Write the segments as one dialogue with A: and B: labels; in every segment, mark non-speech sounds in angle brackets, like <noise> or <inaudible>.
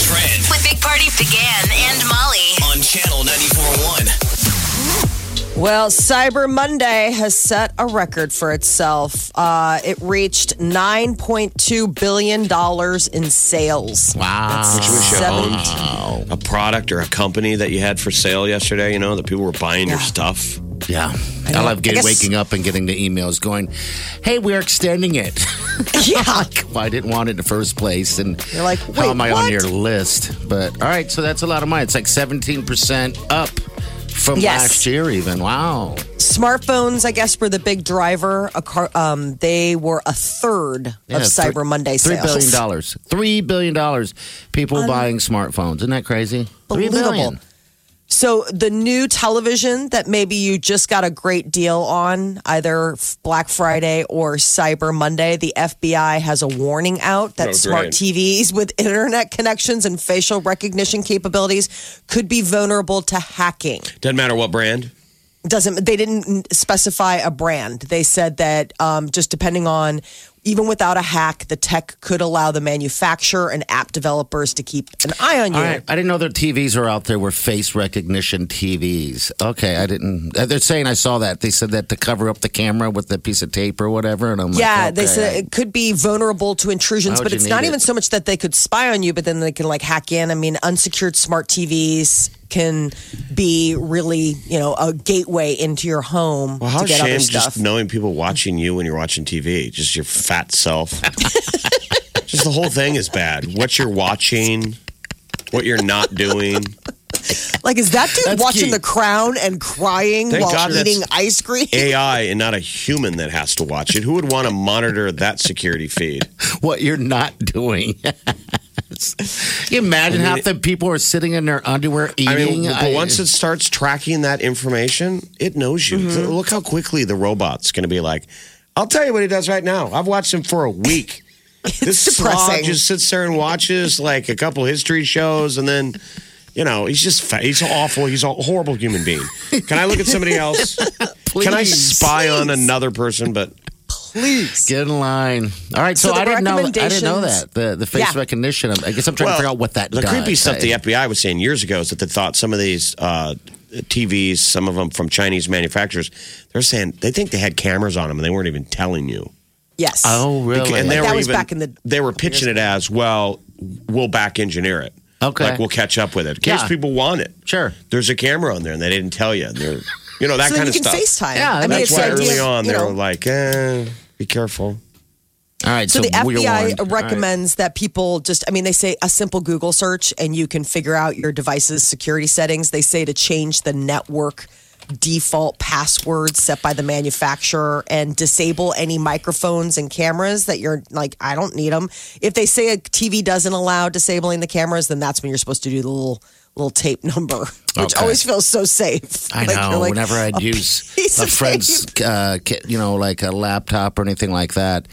A: trend
B: with Big Party began and Molly.
A: on channel 94.1.
C: Well, Cyber Monday has set a record for itself. Uh, it reached $9.2 billion in sales.
D: Wow.
C: That's
D: Which
A: wish you
C: seven- <laughs>
D: Wow.
A: A product or a company that you had for sale yesterday, you know, that people were buying your
C: Yeah.
A: stuff.
D: Yeah. I,
C: know.
D: love getting,
C: I guess-
D: waking up and getting the emails going, hey, we're extending it. <laughs>
C: Yeah.
D: well, I didn't want it in the first place. And
C: You're like,
D: how
C: "Wait,
D: am I on
C: what?"
D: your list? But all right, so that's a lot of money. It's like 17% up from
C: Yes.
D: last year, even. Wow.
C: Smartphones, I guess, were the big driver. A car, um, they were a third of
D: Yeah,
C: Cyber
D: three-
C: Monday
D: $3
C: sales.
D: billion. $3 billion people buying smartphones. Isn't that crazy? $3 billion.
C: Unbelievable. So the new television that maybe you just got a great deal on, either f- Black Friday or Cyber Monday, the FBI has a warning out that
A: Oh,
C: smart
A: great.
C: TVs with <laughs> internet connections and facial recognition capabilities could be vulnerable to hacking.
A: Doesn't matter what brand.
C: Doesn't they didn't specify a brand? They said that um, just depending on. Even without a hack, the tech could allow the manufacturer and app developers to keep an eye on you.
D: All right. I didn't know their TVs are out there were face recognition TVs. Okay, I didn't. uh, They're saying I saw that. They said that to cover up the camera with a piece of tape or whatever. And I'm like,
C: Yeah, they
D: okay,
C: said it could be vulnerable to intrusions,
D: Why
C: but
D: would
C: it's
D: you
C: not
D: need
C: even
D: it?
C: so much that they could spy on you, but then they can like hack in. I mean, unsecured smart TVs can be really, you know, a gateway into your home
A: Well, how
C: to get
A: shame
C: other stuff.
A: just knowing people watching you when you're watching TV, just your fat self. <laughs> just the whole thing is bad. What you're watching, what you're not doing.
C: like, is that dude
D: That's
C: watching
D: key.
C: The Crown and crying
A: Thank
C: while
A: God that's-
C: eating ice cream?
A: <laughs> AI and not a human that has to watch it. Who would want to monitor that security feed?
D: <laughs> what you're not doing. <laughs> Can you imagine
A: I mean,
D: half the people are sitting in their underwear
A: I mean,
D: eating.
A: but once it starts tracking that information, it knows you. Look how quickly the robot's going to be like, I'll tell you what he does right now. I've watched him for a week. this slog
C: depressing.
A: just sits there and watches like a couple history shows and then. You know, he's just fa- he's awful. He's a horrible human being. Can I look at somebody else? Can I
D: Please.
A: spy on another person? But
C: Please.
D: Get in line. All right, so,
C: So the
D: I didn't know. I didn't know
C: recommendations-
D: that the the face
C: Yeah.
D: recognition. I guess I'm trying to figure out what that
A: the
D: does. eh?
A: creepy stuff
D: I-
A: the FBI was saying years ago is that they thought some of these uh, TVs, some of them from Chinese manufacturers, they're saying they think they had cameras on them and they weren't even telling you.
C: Yes.
D: Oh really?
A: And they
C: That
A: were
C: was
A: even,
C: back in the-
A: They were pitching it as well. We'll back engineer it.
D: Okay.
A: like we'll catch up with it. In case
D: Yeah.
A: people want it,
D: sure.
A: there's a camera on there, and they didn't tell you. And they're- you know that
C: so then
A: kind
C: you
A: of
C: can
A: stuff.
C: FaceTime.
D: Yeah,
C: I mean,
A: That's
C: it's
A: why
C: the idea
A: early
C: of,
A: on
C: you
A: they
C: know,
A: were like, eh, "Be careful."
D: All right,
C: So,
D: so,
C: the
D: we are warned. All
C: FBI
D: right.
C: recommends that people just, I mean, they say a simple Google search and you can figure out your device's security settings. They say to change the network default password set by the manufacturer and disable any microphones and cameras that you're like, I don't need them. If they say a TV doesn't allow disabling the cameras, then that's when you're supposed to do the little little tape <laughs> number, which
D: Okay.
C: always feels so safe.
D: I
C: Like,
D: know.
C: you're like,
D: Whenever
C: <laughs>
D: I'd
C: a
D: use
C: piece
D: a
C: of
D: friend's, uh, ki- you know, like a laptop or anything like that,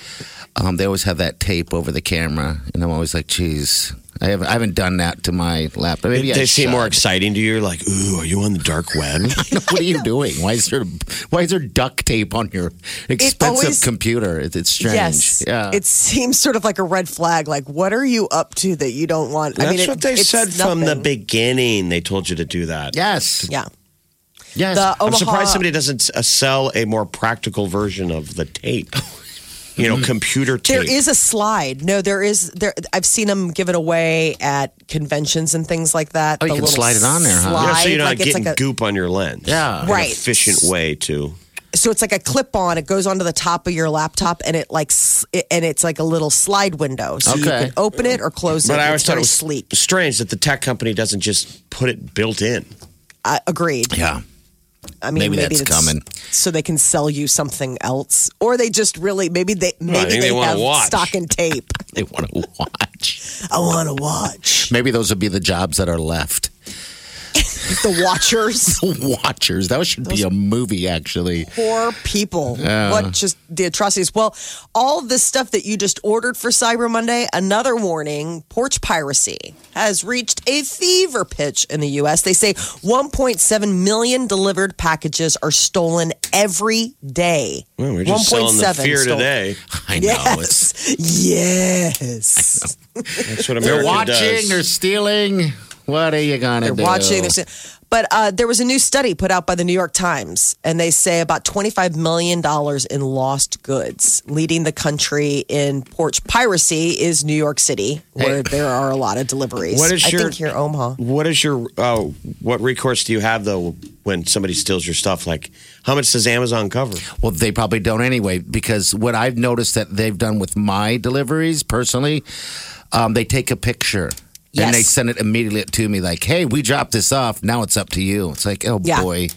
D: um, they always have that tape over the camera, and I'm always like, "Geez, I haven't, I haven't done that to my laptop." Maybe I
A: they seem
D: should.
A: more <laughs> exciting to you. You're like, "Ooh, are you on the dark web?"
D: <laughs> what are you doing? Why is there, why is there duct tape on your expensive
C: always-
D: computer? It, it's strange.
C: Yes.
D: Yeah.
C: It seems sort of like a red flag. Like, what are you up to that you don't want?
A: That's
C: it-
A: what they
C: it's
A: said from the
C: nothing.
A: beginning. They told you to do that.
D: yes.
C: Yeah.
D: Yes.
C: The Omaha.
A: I'm surprised somebody doesn't uh, sell a more practical version of the tape. You know, computer tape.
C: there is a slide. No, there is there. I've seen them give it away at conventions and things like that.
D: Oh, you
C: The
D: can
C: little
D: slide it on there, huh?
A: Yeah, so you're not
C: slide, like it's
A: getting
C: like a,
A: goop on your lens.
D: Yeah.
A: An
C: Right.
A: efficient way to.
C: so it's like a clip on. It goes onto the top of your laptop, and it like s- it- and it's like a little slide window, so you
D: Okay.
C: can open it or close it.
A: But I always
C: it's
A: thought
C: very
A: it was
C: sleek.
A: strange that the tech company doesn't just put it built in.
C: I agreed.
D: yeah.
C: I mean,
D: Maybe
C: maybe,
D: that's
C: it's-
D: coming.
C: So they can sell you something else, or they just really maybe they maybe
A: think
C: they,
A: they wanna
C: have
A: watch.
C: stock and tape.
D: They want to <laughs> watch.
C: I want to
A: <laughs>
C: watch.
D: Maybe those would be the jobs that are left. <laughs>
C: The watchers,
D: Watchers. That should be a movie, actually.
C: poor people. What just the atrocities? Well, all of this stuff that you just ordered for Cyber Monday. Another warning: porch piracy has reached a fever pitch in the U.S. They say 1.7 million delivered packages are stolen every day.
A: Well, we're just selling the
C: 1.7
A: fear
C: stolen.
A: today.
D: I know. It's,
C: <laughs> Yes. Yes.
A: That's
C: <laughs>
A: what America
D: they're watching,
A: does.
D: they're stealing. What are you going to do?
C: They're watching. They're seeing- but uh, there was a new study put out by the New York Times, and they say about $25 million in lost goods, leading the country in porch piracy is New York City, where there are a lot of deliveries.
A: What is
C: I
A: your-
C: think here, Omaha.
A: What is your uh, what recourse do you have though when somebody steals your stuff? Like, how much does Amazon cover?
D: Well, they probably don't anyway, because what I've noticed that they've done with my deliveries personally, um, they take a picture.
C: Yes.
D: And they send it immediately to me, like, "Hey, we dropped this off. Now it's up to you." It's like, oh
C: Yeah.
D: boy,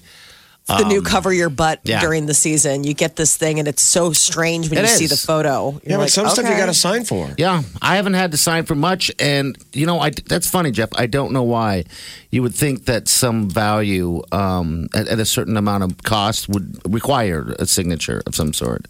A: Um,
C: It's the new cover your butt
D: yeah.
C: during the season. You get this thing, and it's so strange when
D: It
C: you see
D: is.
C: the photo. You're
A: Yeah, but
C: like,
A: some stuff you
C: okay.
A: got to sign for.
D: yeah. I haven't had to sign for much, and you know, I that's funny, Jeff. I don't know why. You would think that some value um, at, at a certain amount of cost would require a signature of some sort.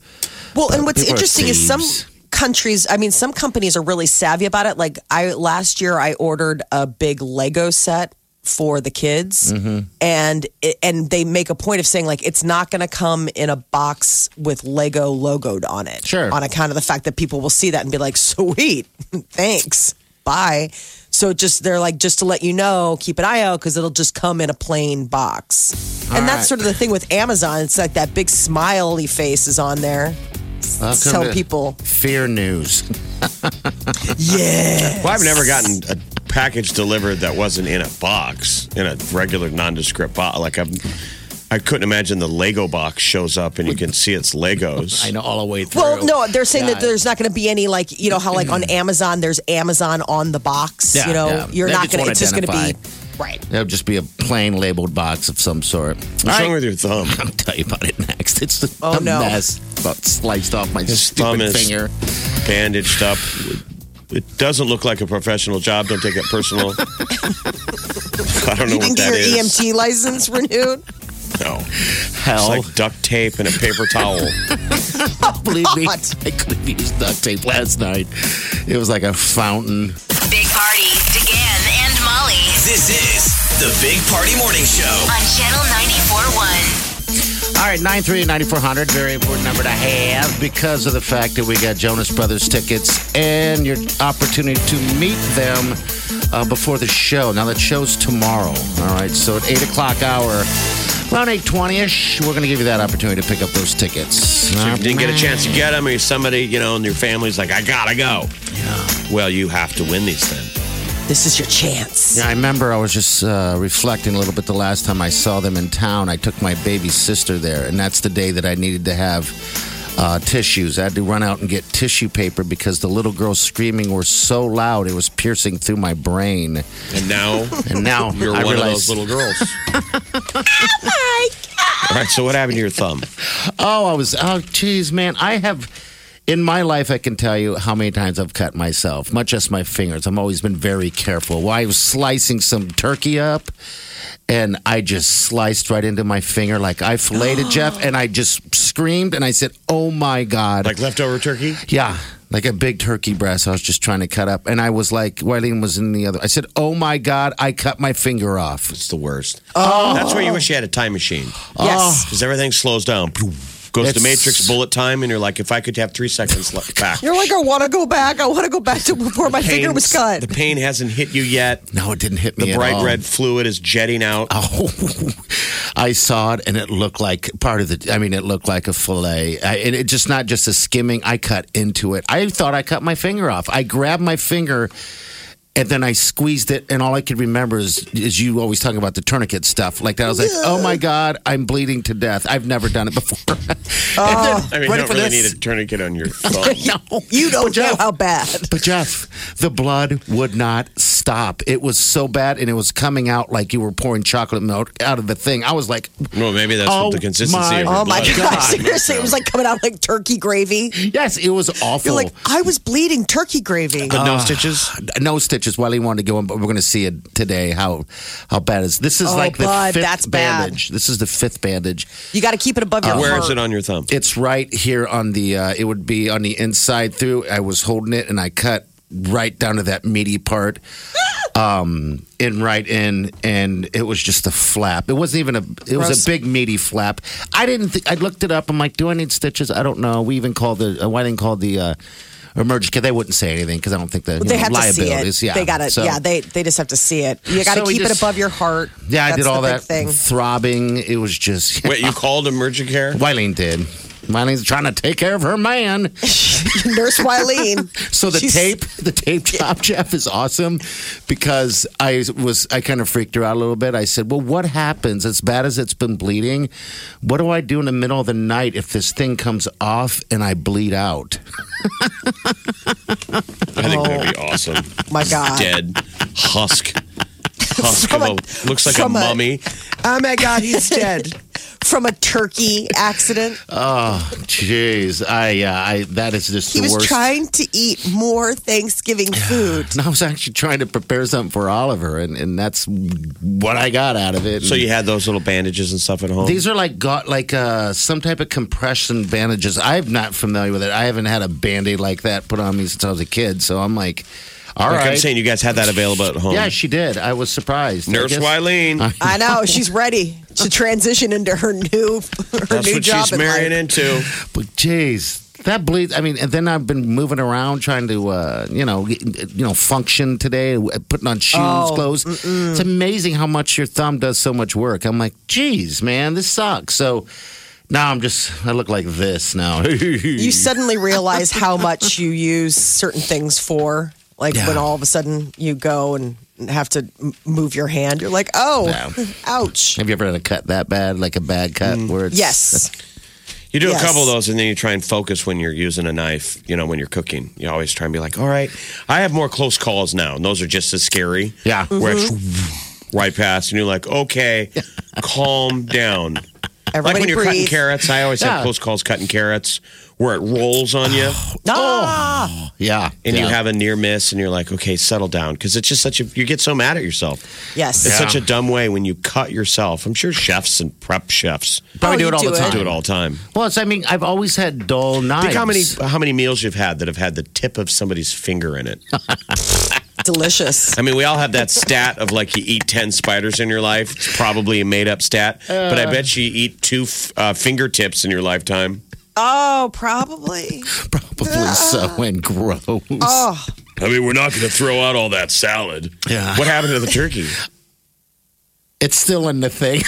C: Well, and what's
D: people are
C: interesting is some
D: thieves.
C: countries, I mean, some companies are really savvy about it. Like I last year, I ordered a big Lego set for the kids,
D: Mm-hmm.
C: and it, and they make a point of saying like it's not going to come in a box with Lego logoed on it.
D: Sure.
C: on account of the fact that people will see that and be like, sweet, <laughs> thanks, bye. So just they're like just to let you know, keep an eye out because it'll just come in a plain box, and that's
D: right.
C: sort of the thing with Amazon. It's like that big smiley face is on there.
D: How come
C: Tell
D: to
C: people.
D: fear news.
C: Yeah.
A: Well, I've never gotten a package delivered that wasn't in a box, in a regular nondescript box. Like I've, I couldn't imagine the Lego box shows up and you can see it's Legos.
D: I know all the way through.
C: Well, no, they're saying that
D: God.
C: there's not going to be any like you know how like on Amazon there's Amazon on the box.
D: Yeah,
C: you know,
D: yeah.
C: you're
D: They
C: not
D: just
C: going to.
D: won't
C: It's just going to be
D: identify.
C: right.
D: That would just be a plain labeled box of some sort.
A: What's
D: All
A: wrong
D: right.
A: with your thumb?
D: I'll tell you about it next. It's the,
C: Oh,
D: the
C: no.
D: mess. About sliced off my
A: His thumb
D: stupid
A: is-
D: finger.
A: Bandaged up. It doesn't look like a professional job. Don't take it
D: <laughs>
A: personal. I don't know
C: You
A: what
C: didn't
A: that
C: get your
D: E
A: is.
C: EMT license renewed.
A: No, it's
D: Hell,
A: like duct tape and a paper
D: <laughs>
A: towel.
D: believe me,
C: God.
D: <laughs> I could have used duct tape last night. It was like a fountain.
B: Big Party, DeGan and Molly
E: This is the Big Party Morning Show.
B: on Channel 94.1.
D: All right, 938-9400, very important number to have because of the fact that we got Jonas Brothers tickets and your opportunity to meet them uh, before the show. Now, that show's tomorrow, all right? So at 8 o'clock hour, around 820-ish, we're going to give you that opportunity to pick up those tickets.
A: So if you didn't get a chance to get them, or you're somebody you know, and your family's like, I gotta go. Well, you have to win these then.
C: This is your chance.
D: Yeah, I remember I was just uh, reflecting a little bit the last time I saw them in town. I took my baby sister there, and that's the day that I needed to have uh, tissues. I had to run out and get tissue paper because the little girls screaming were so loud it was piercing through my brain.
A: And now
D: <laughs> And now
A: <laughs> you're
D: I
A: one of
D: realize,
A: those little girls. <laughs> All right. So what happened to your thumb?
D: oh, I was, oh, geez, man, I have. In my life, I can tell you how many times I've cut myself, much as my fingers. I've always been very careful. Well, I was slicing some turkey up, and I just sliced right into my finger like
A: <gasps>
D: I filleted Jeff, and I just screamed and I said, "Oh my god!"
A: Like leftover turkey?
D: yeah, like a big turkey breast. I was just trying to cut up, and I was like, Wileen was in the other. I said, "Oh my god!" I cut my finger off.
A: It's the worst. Oh. That's where you wish you had a time machine
C: Yes.
A: because everything slows down. Goes to
D: It's-
A: Matrix bullet time, and you're like, if I could have three seconds left back.
C: You're like, I want to go back. I want to go back to before my finger was cut.
A: The pain hasn't hit you yet.
D: No, it didn't hit me.
A: The
D: at
A: bright
D: all.
A: red fluid is jetting out.
D: Oh, <laughs> I saw it, and it looked like part of the. I mean, it looked like a fillet. I, and it just not just a skimming. I cut into it. I thought I cut my finger off. I grabbed my finger, and then I squeezed it. And all I could remember is is you always talking about the tourniquet stuff like that. I was like, oh my god, I'm bleeding to death. I've never done it before. <laughs> oh,
A: I mean, you don't really need a tourniquet
C: <laughs>
A: on your thumb.
D: no.
C: You don't
D: But Jeff-
C: know how bad.
D: But Jeff, the blood would not stop. It was so bad, and it was coming out like you were pouring chocolate milk out of the thing. I was like,
A: Well, maybe that's
D: Oh,
A: what the consistency
D: my-
A: of your
C: Oh my
A: blood is.
C: God. <laughs> Seriously, it was like coming out like turkey gravy.
D: yes, it was awful.
C: You're like, I was bleeding turkey
A: <laughs>
C: gravy.
A: But no stitches.
C: Uh-huh.
D: no stitches. Well, he wanted to go in, but we're going to see it today. How how bad is this? Is
C: Oh,
D: like the
C: bud,
D: fifth
C: that's bad.
D: bandage. This is the fifth bandage.
C: You got to keep it above your
A: Where
C: heart.
A: is it on your thumb?
C: Uh-huh.
D: It's right here on the. Uh, it would be on the inside through. I was holding it and I cut right down to that meaty
C: <laughs>
D: part, um, and right in, and it was just a flap. It wasn't even a. It was
C: Gross.
D: a big meaty flap. I didn't. Th- I looked it up. I'm like, do I need stitches? I don't know. We even called the. Uh, why didn't call the. Uh, Emergency, 'cause they wouldn't say anything because I don't think the
C: But they have to see
D: liabilities.
C: it.
D: Yeah,
C: They got to.
D: So-
C: yeah, they they just have to see it. You got to
D: So we
C: keep it
D: just-
C: above your heart.
D: yeah. I
C: That's
D: did all
C: the
D: that
C: big thing.
D: throbbing. It was just. <laughs>
A: Wait, you called emergent care?
D: Wileen did. Wileen's trying to take care of her man. <laughs>
C: <laughs> Nurse Wileen.
D: So the
C: She's-
D: tape, <laughs> the tape job, Jeff, is awesome because I was I kind of freaked her out a little bit. I said, "Well, what happens? As bad as it's been bleeding, what do I do in the middle of the night if this thing comes off and I bleed out?"
A: I think that'd be awesome.
C: My God.
A: Dead husk. Husk
C: From
A: of
C: a-
A: a, looks like a
C: from a-
A: mummy. oh my God,
D: <laughs>
A: he's dead.
C: From a turkey accident,
D: Uh, Oh, Jeez, I, uh, I that is just
C: he
D: the
C: was
D: worst.
C: trying to eat more Thanksgiving
D: <laughs>
C: food.
D: and I was actually trying to prepare something for Oliver, and, and that's what I got out of it.
A: So
D: And-
A: you had those little bandages and stuff at home?
D: These are like got like uh, some type of compression bandages. I'm not familiar with it. I haven't had a band-aid like that put on me since I was a kid. So I'm like, all
A: like
D: right.
A: I'm saying, you guys had that available at home.
D: yeah, she did. I was surprised. I
A: Nurse
D: guess-
A: Wileen.
C: I know she's ready to transition into her new her
A: That's
C: new
A: what
C: job.
A: she's
C: in life.
A: marrying into.
D: But jeez, that bleeds. I mean, and then I've been moving around trying to, uh, you know, get- you know, function today, uh, putting on shoes,
C: Oh,
D: clothes. It's amazing how much your thumb does so much work. I'm like, geez, man, this sucks. So now I'm just, I look like this now.
A: <laughs>
C: you suddenly realize how much you use certain things for. Like
D: Yeah.
C: when all of a sudden you go and have to m- move your hand, you're like, oh,
D: Yeah.
C: <laughs> ouch.
D: Have you ever had a cut that bad, like a bad cut? Where it's,
C: Mm. Yes.
A: You do
C: Yes.
A: a couple of those, and then you try and focus when you're using a knife. You know, when you're cooking, you always try and be like, "All right, I have more close calls now, and those are just as scary."
D: Yeah.
A: where it's <laughs> right past, and you're like, "Okay, calm down." like
C: Everybody
A: when you're cutting
C: breathe.
A: carrots, I always have
D: Yeah.
A: close calls cutting carrots where it rolls on you,
C: Ah!
D: <laughs>
A: Oh.
D: Yeah.
A: and you
D: yeah.
A: have a near miss, and you're like, "Okay, settle down," because it's just such a you get so mad at yourself.
C: Yes.
A: It's
D: Yeah.
A: such a dumb way when you cut yourself. I'm sure chefs and prep chefs
D: probably
C: Oh,
D: do it all
C: you
D: the
C: do
D: time.
C: it.
A: do it all the time.
D: Well, it's, I mean, I've always had dull knives.
A: Think how many how many meals you've had that have had the tip of somebody's finger in it.
C: <laughs> Delicious.
A: I mean, we all have that stat of like you eat ten spiders in your life. It's probably a made up stat, but I bet you eat two f- uh, fingertips in your lifetime.
C: Oh, probably.
D: <laughs>
A: <laughs>
D: probably
C: <laughs>
D: so and gross.
C: Oh,
A: I mean, we're not going to throw out all that salad.
D: Yeah.
A: What happened to the turkey?
D: It's still in the thing.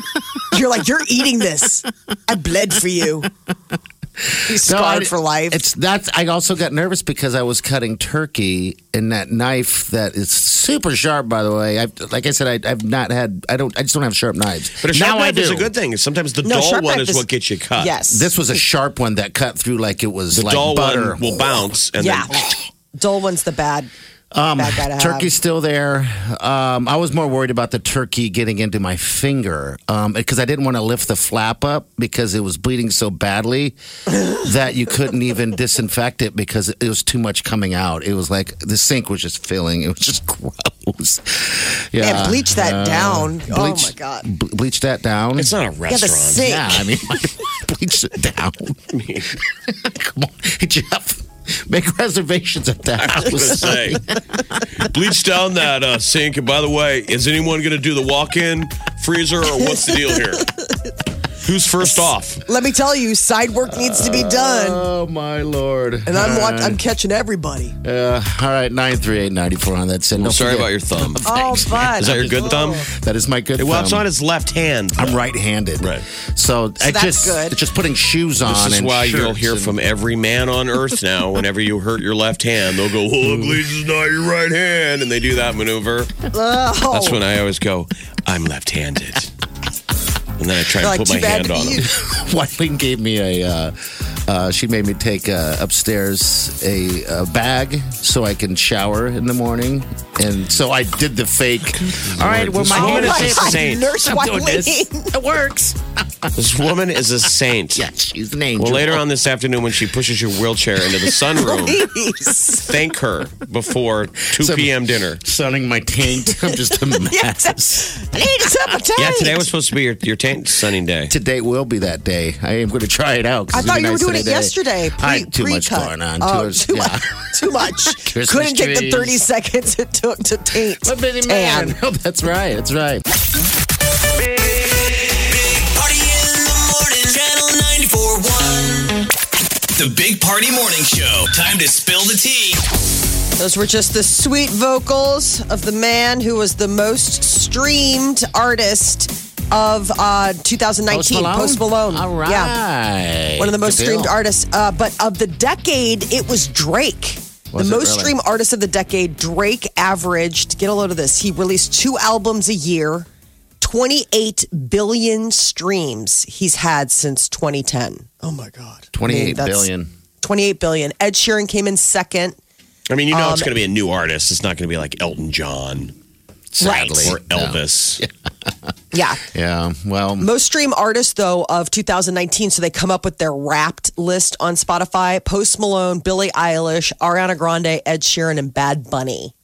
D: <laughs>
C: you're like, you're eating this. I bled for you. You scarred
D: I-
C: for life.
D: It's that's. I also got nervous because I was cutting turkey, and that knife that is super sharp. By the way, I've, like I said, I, I've not had. I don't. I just don't have sharp knives.
A: But a
D: now
A: sharp
D: I
A: knife
D: do.
A: is a good thing. Sometimes the
C: No,
A: dull
C: sharp
A: one
C: knife
A: is,
C: is-
A: what gets you cut.
C: yes.
D: This was a sharp one that cut through like it was
A: the
D: like
A: dull
D: butter.
A: one will bounce, and
C: yeah.
A: then
C: Dole one's the bad.
A: Um,
C: bad guy to have.
D: Turkey's still there. Um, I was more worried about the turkey getting into my finger because I didn't want to lift the flap up because it was bleeding
C: <laughs>
D: so badly that you couldn't even disinfect it because it was too much coming out. It was like the sink was just filling. It was just <laughs> gross. Yeah,
C: Yeah, bleach that down. Oh my
D: bleach-
C: God.
D: ble- bleach that
A: <sniffs>
D: down.
A: it's not a
C: Yeah, the
A: restaurant. <laughs>
C: sink.
D: yeah, I mean, <laughs> bleach
C: <laughs>
D: it down. <laughs> Come on, Jeff. Make reservations at the house.
C: <laughs>
A: say. Bleach down that uh, sink. And by the way, is anyone going to do the walk in freezer or what's the deal
C: <laughs>
A: here? Who's first off?
C: Let me tell you, side work needs to be done.
D: Oh my lord!
C: And I'm, wa-
A: Uh,
C: I'm catching
A: <laughs>
C: everybody.
D: Uh, all right, 938 9400. That's it. Don't
A: Sorry
D: forget.
A: about your
C: <laughs>
A: thumb.
C: Oh, fun.
A: Is that your good thumb?
C: Oh.
D: That is my good
A: Well, it's
D: thumb.
A: on his left hand.
D: I'm right handed.
A: Right.
D: So, I
C: that's
D: just,
C: good.
D: it's just putting shoes on.
A: This is
D: and
A: why
D: shirts <laughs>
A: you'll hear
D: and-
A: from every man on earth
D: <laughs>
A: now. Whenever you hurt your left hand, they'll go, "Well, Bleach is not your right hand," and they do that maneuver.
C: Oh.
A: That's when I always go, "I'm left-handed," and then I try and
C: Like,
A: put
C: too
A: my
C: bad
A: hand on <laughs>
C: you-
A: him.
D: Wileen gave me a. Uh, uh, she made me take uh, upstairs a, a bag so I can shower in the morning, And so I did the fake. All right, well, my
A: Oh
D: hand
A: my
D: is
A: God.
D: safe.
A: saint.
C: Nurse
D: I'm doing
C: Wileen.
A: <laughs>
D: this. It works.
A: This woman is a saint.
D: Yeah, she's an angel.
A: Well, later on this afternoon, when she pushes your wheelchair into the
D: <laughs>
A: sunroom,
C: Please.
A: thank her before 2
D: Some-
A: p.m. dinner.
D: Sunning my taint. I'm
C: <laughs>
D: just a mess.
C: I need a cup of
A: Yeah, today
C: tea.
A: was supposed to be your, your taint sunning day.
D: Today will be that day. I am going to try it out. 'cause
C: I
D: it'd be
C: thought you were
D: nice
C: doing it
D: today.
C: yesterday. Pre,
D: I had too much
C: pre-cut.
D: going on.
C: Oh,
D: Too-
C: too,
D: yeah. <laughs>
C: much. <laughs>
A: <laughs>
C: Too much.
D: Christmas
C: Couldn't take the
D: trees.
C: 30 seconds it took to taint.
D: I'm a busy man.
C: tan.
D: Oh, that's right. That's right.
E: Big Party in the morning, channel 941. The Big Party Morning Show. Time to spill the tea.
C: Those were just the sweet vocals of the man who was the most streamed artist of uh, 2019, Post Malone.
D: All right.
C: Yeah. One of the most
D: Good
C: streamed
D: deal.
C: artists. Uh, but of the decade, it was Drake.
D: Was
C: the most
D: it really?
C: streamed artist of the decade, Drake averaged, get a load of this, he released two albums a year, 28 billion streams he's had since 2010. Oh my God.
D: Twenty-eight billion.
C: that's- 28 billion. Ed Sheeran came in second.
A: I mean, you know,
D: um,
A: it's going to be a new artist. It's not going to be like Elton John
D: Sadly.
A: or Elvis.
C: Yeah.
D: Yeah. Well,
C: Most stream artists, though, of 2019. So they come up with their wrapped list on Spotify Post Malone, Billie Eilish, Ariana Grande, Ed Sheeran, and Bad Bunny.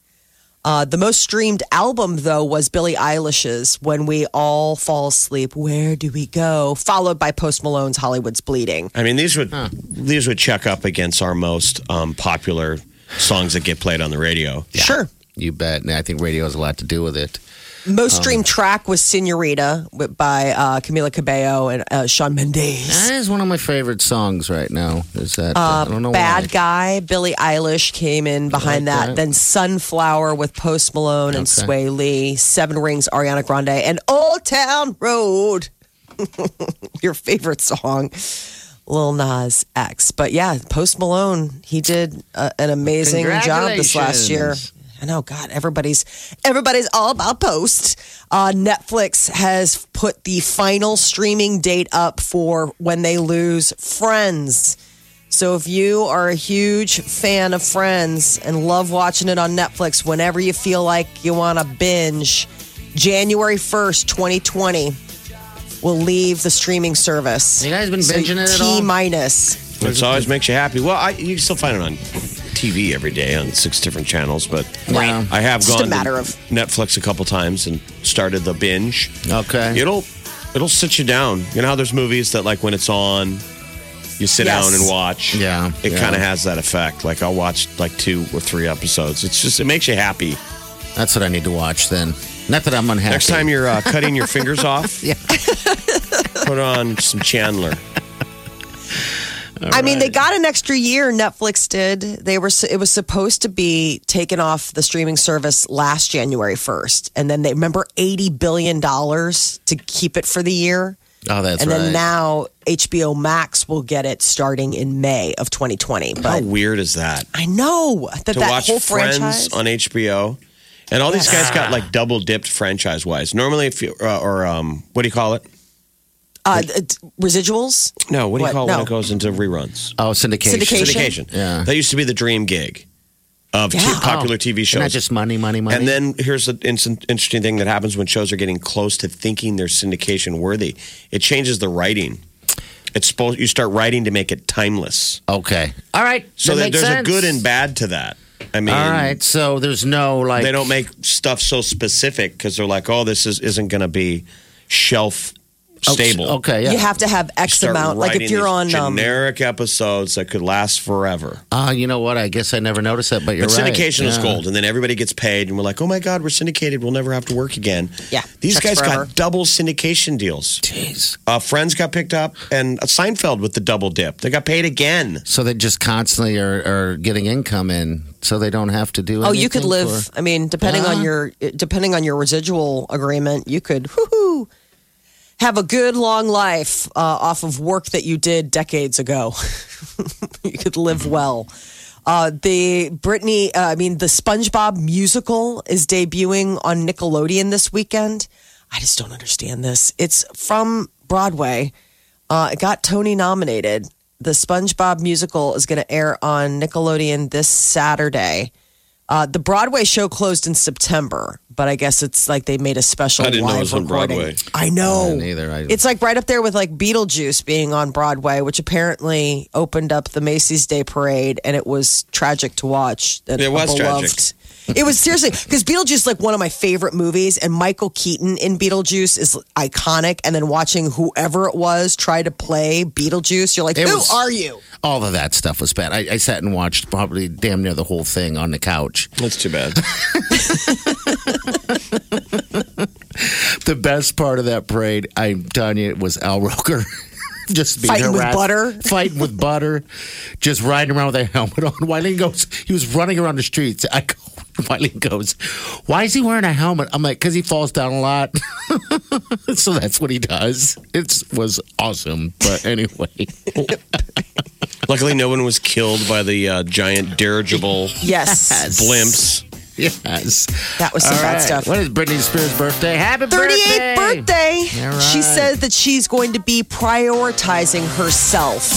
C: Uh, the most streamed album, though, was Billie Eilish's When We All Fall Asleep, Where Do We Go? followed by Post Malone's Hollywood's Bleeding.
A: I mean, these would these would check up against our most um, popular songs that get played on the radio.
C: Sure.
D: you bet. And I think radio has a lot to do with it.
C: Most streamed track was Senorita wi- by uh, Camila Cabello and uh, Sean Mendes.
D: That is one of my favorite songs right now. Is that uh, I don't know
C: Uh, Bad
D: why.
C: Guy, Billie Eilish came in behind
D: like
C: that.
D: that.
C: Then Sunflower with Post Malone and
D: Okay.
C: Sway Lee, Seven Rings, Ariana Grande, and Old Town Road. <laughs> Your favorite song, Lil Nas X. But yeah, Post Malone, he did uh, an amazing job this last year.
D: Congratulations.
C: I know, God, everybody's everybody's all about post. Uh, Netflix has put the final streaming date up for when they lose Friends. So if you are a huge fan of Friends and love watching it on Netflix whenever you feel like you want to binge, January 1st, 2020 will leave the streaming service.
D: You guys been
C: So
D: binging it at
C: T
D: all?
C: minus.
A: It always makes you happy. Well, I, you can still find it on TV every day on six different channels, but
D: Yeah.
A: I have
C: Just a
A: gone
C: matter
A: to
C: of-
A: Netflix a couple times and started the binge.
D: Okay.
A: It'll it'll sit you down. You know how there's movies that like when it's on, you sit
C: Yes.
A: down and watch.
D: Yeah,
A: It
D: yeah.
A: kind of has that effect. Like I'll watch like two or three episodes. It's just it makes you happy.
D: That's what I need to watch then. Not that I'm unhappy.
A: Next time you're uh, cutting your
D: <laughs>
A: fingers off,
D: Yeah.
A: put on some Chandler.
C: I mean, they got an extra year. Netflix did. They were. It was supposed to be taken off the streaming service last January first, and then they remember eighty billion dollars to keep it for the year.
D: Oh, that's
C: and
D: right.
C: then now HBO Max will get it starting in May of 2020.
A: How
C: But
A: weird is that?
C: I know that
A: to
C: that
A: watch
C: whole
A: Friends
C: franchise.
A: on HBO. And all these guys got like double dipped franchise wise. Normally, if you, uh, or um, what do you call it?
C: uh, it's residuals.
A: No, what do you
C: What?
A: call it
C: No.
A: when it goes into reruns?
D: oh, syndication.
C: Syndication.
A: Syndication.
D: Yeah.
A: That used to be the dream gig of
C: Yeah.
A: t- popular
D: Oh,
A: TV
D: Isn't that
A: shows.
D: just money, money, money?
A: and then here's an in- interesting thing that happens when shows are getting close to thinking they're syndication worthy. It changes the writing. It's supposed you start writing to make it timeless.
D: okay. All right.
A: So
D: that
A: that
D: makes
A: there's
D: sense.
A: a good and bad to that. I mean,
D: All right. So there's no like.
A: they don't make stuff so specific because they're like, oh, this is isn't going to be shelf
D: Oh,
A: stable.
D: Okay. Yeah.
C: You have to have X
A: Start
C: amount. Like if
A: writing
C: you're on
A: these
C: um,
A: generic episodes that could last forever.
D: Ah, you know what? I guess I never noticed that, but you're
A: But
D: right.
A: syndication is
D: Yeah.
A: gold, and then everybody gets paid, and we're like, oh my god, we're syndicated. We'll never have to work again.
C: Yeah,
A: these guys
C: checks forever.
A: got double syndication deals.
D: Jeez.
A: Uh, Friends got picked up, and uh, Seinfeld with the double dip. They got paid again.
D: So they just constantly are, are getting income in, so they don't have to do.
C: Oh, you could
D: anything
C: live.
D: for-
C: I mean, depending on your depending on your residual agreement, you could whoo have a good long life uh, off of work that you did decades ago. <laughs> you could live
A: Mm-hmm.
C: well. Uh, the Britney, uh, I mean, the SpongeBob musical is debuting on Nickelodeon this weekend. I just don't understand this. It's from Broadway. Uh, it got Tony nominated. The SpongeBob musical is going to air on Nickelodeon this Saturday. Uh, the Broadway show closed in September, but I guess it's like they made a special.
A: I didn't know
C: live
A: it was on
C: recording.
A: Broadway.
C: I know.
D: didn't either. I-
C: it's like right up there with like Beetlejuice being on Broadway, which apparently opened up the Macy's Day Parade, and it was tragic to watch. That
A: It was
C: a beloved-
A: tragic.
C: <laughs> It was seriously because Beetlejuice is like one of my favorite movies, and Michael Keaton in Beetlejuice is iconic. And then watching whoever it was try to play Beetlejuice, you're like,
D: It
C: who
D: was-
C: are
D: <laughs>
C: you?
D: All of that stuff was bad. I, I sat and watched probably damn near the whole thing on the couch.
A: That's too bad.
D: The best part of that parade, I'm telling you, was Al Roker. <laughs> Just being
C: Fighting with
D: harassed,
C: butter.
D: fighting with butter, just riding around with a helmet on. Wiley goes, he was running around the streets. I go, <laughs> Wiley goes, why is he wearing a helmet? I'm like, because he falls down a lot. <laughs> so that's what he does. It was awesome. But anyway,
A: <laughs>
D: <laughs>
A: Luckily, no one was killed by the uh, giant dirigible
C: Yes,
A: blimps.
D: yes.
C: that was some
D: All
C: bad
D: right.
C: stuff.
D: What is Britney Spears' birthday? Happy
C: 38th birthday.
D: All
C: She
D: right.
C: says that she's going to be prioritizing herself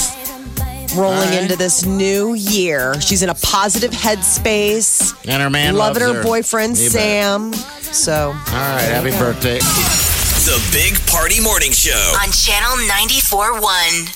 C: rolling
D: All right.
C: into this new year. She's in a positive headspace,
D: And her man
C: loving
D: loves
C: her boyfriend,
D: You bet.
C: Sam. So,
D: All right, happy birthday.
E: The Big Party Morning Show.
B: on Channel 94.1.